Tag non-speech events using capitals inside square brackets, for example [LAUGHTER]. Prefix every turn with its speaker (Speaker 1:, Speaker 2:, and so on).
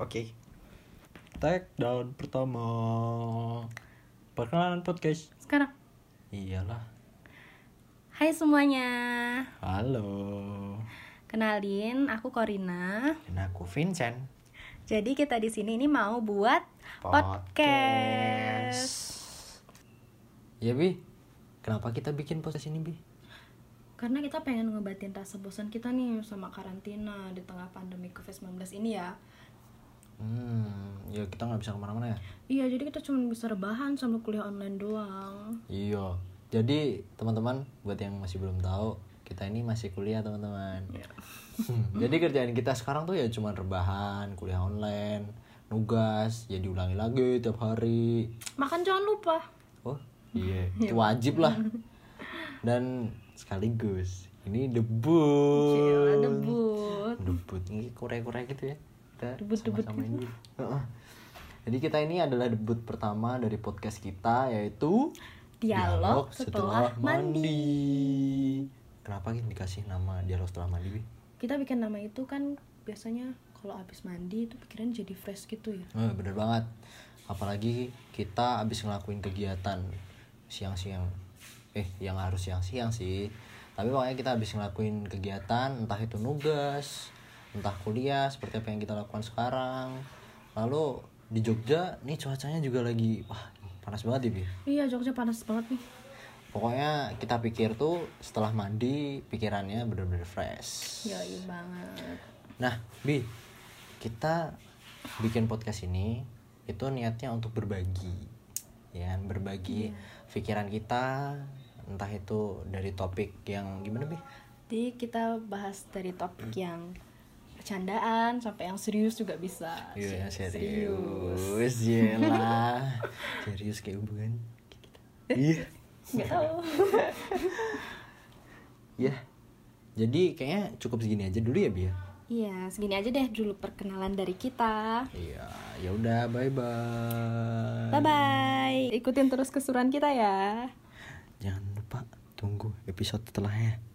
Speaker 1: Oke. Take down pertama. Perkenalan podcast.
Speaker 2: Sekarang,
Speaker 1: Iyalah.
Speaker 2: hai semuanya.
Speaker 1: Halo.
Speaker 2: Kenalin, aku Corina.
Speaker 1: Dan aku Vincent.
Speaker 2: Jadi kita di sini ini mau buat podcast.
Speaker 1: Ya Bi, kenapa kita bikin podcast ini Bi?
Speaker 2: Karena kita pengen ngebatin rasa bosan kita nih sama karantina di tengah pandemi COVID-19 ini ya.
Speaker 1: Hmm, ya kita nggak bisa kemana-mana ya.
Speaker 2: Iya, jadi kita cuma bisa rebahan sama kuliah online doang.
Speaker 1: Iya. Jadi teman-teman, buat yang masih belum tahu, kita ini masih kuliah teman-teman. Hmm, Jadi kerjaan kita sekarang tuh ya cuman rebahan, kuliah online, nugas, ya diulangi lagi tiap hari.
Speaker 2: Makan jangan lupa.
Speaker 1: Oh iya, itu wajib lah. Dan sekaligus ini debut.
Speaker 2: Gila, debut.
Speaker 1: Debut ini korek-korek gitu ya. Kita
Speaker 2: Debut-debut gitu.
Speaker 1: sama-samain dulu. Heeh. Jadi kita ini adalah debut pertama dari podcast kita yaitu
Speaker 2: Dialog setelah mandi.
Speaker 1: Kenapa gini dikasih nama dialog setelah mandi? Bi?
Speaker 2: Kita bikin nama itu kan biasanya kalau habis mandi itu pikiran jadi fresh gitu ya.
Speaker 1: Eh, bener banget. Apalagi kita abis ngelakuin kegiatan siang-siang. Eh, yang harus siang-siang sih. Tapi pokoknya kita abis ngelakuin kegiatan, entah itu nugas, entah kuliah, seperti apa yang kita lakukan sekarang. Lalu di Jogja, nih cuacanya juga lagi, wah panas banget ya, Bi.
Speaker 2: Iya, Jogja panas banget nih.
Speaker 1: Pokoknya kita pikir tuh setelah mandi, pikirannya bener-bener fresh.
Speaker 2: Yoi banget.
Speaker 1: Nah, Bi, kita bikin podcast ini itu niatnya untuk berbagi, ya kan? berbagi pikiran kita, entah itu dari topik yang gimana, Bi?
Speaker 2: Jadi kita bahas dari topik yang bercandaan sampai yang serius juga bisa.
Speaker 1: Iya,
Speaker 2: Se-
Speaker 1: serius, [LAUGHS] yelah. serius kayak hubungan kita. Iya.
Speaker 2: Nggak tahu.
Speaker 1: Iya. Jadi kayaknya cukup segini aja dulu ya, Bi ya.
Speaker 2: Iya, segini aja deh dulu perkenalan dari kita.
Speaker 1: Iya, ya udah bye-bye.
Speaker 2: Bye bye. Ikutin terus keseruan kita ya.
Speaker 1: Jangan lupa tunggu episode setelahnya.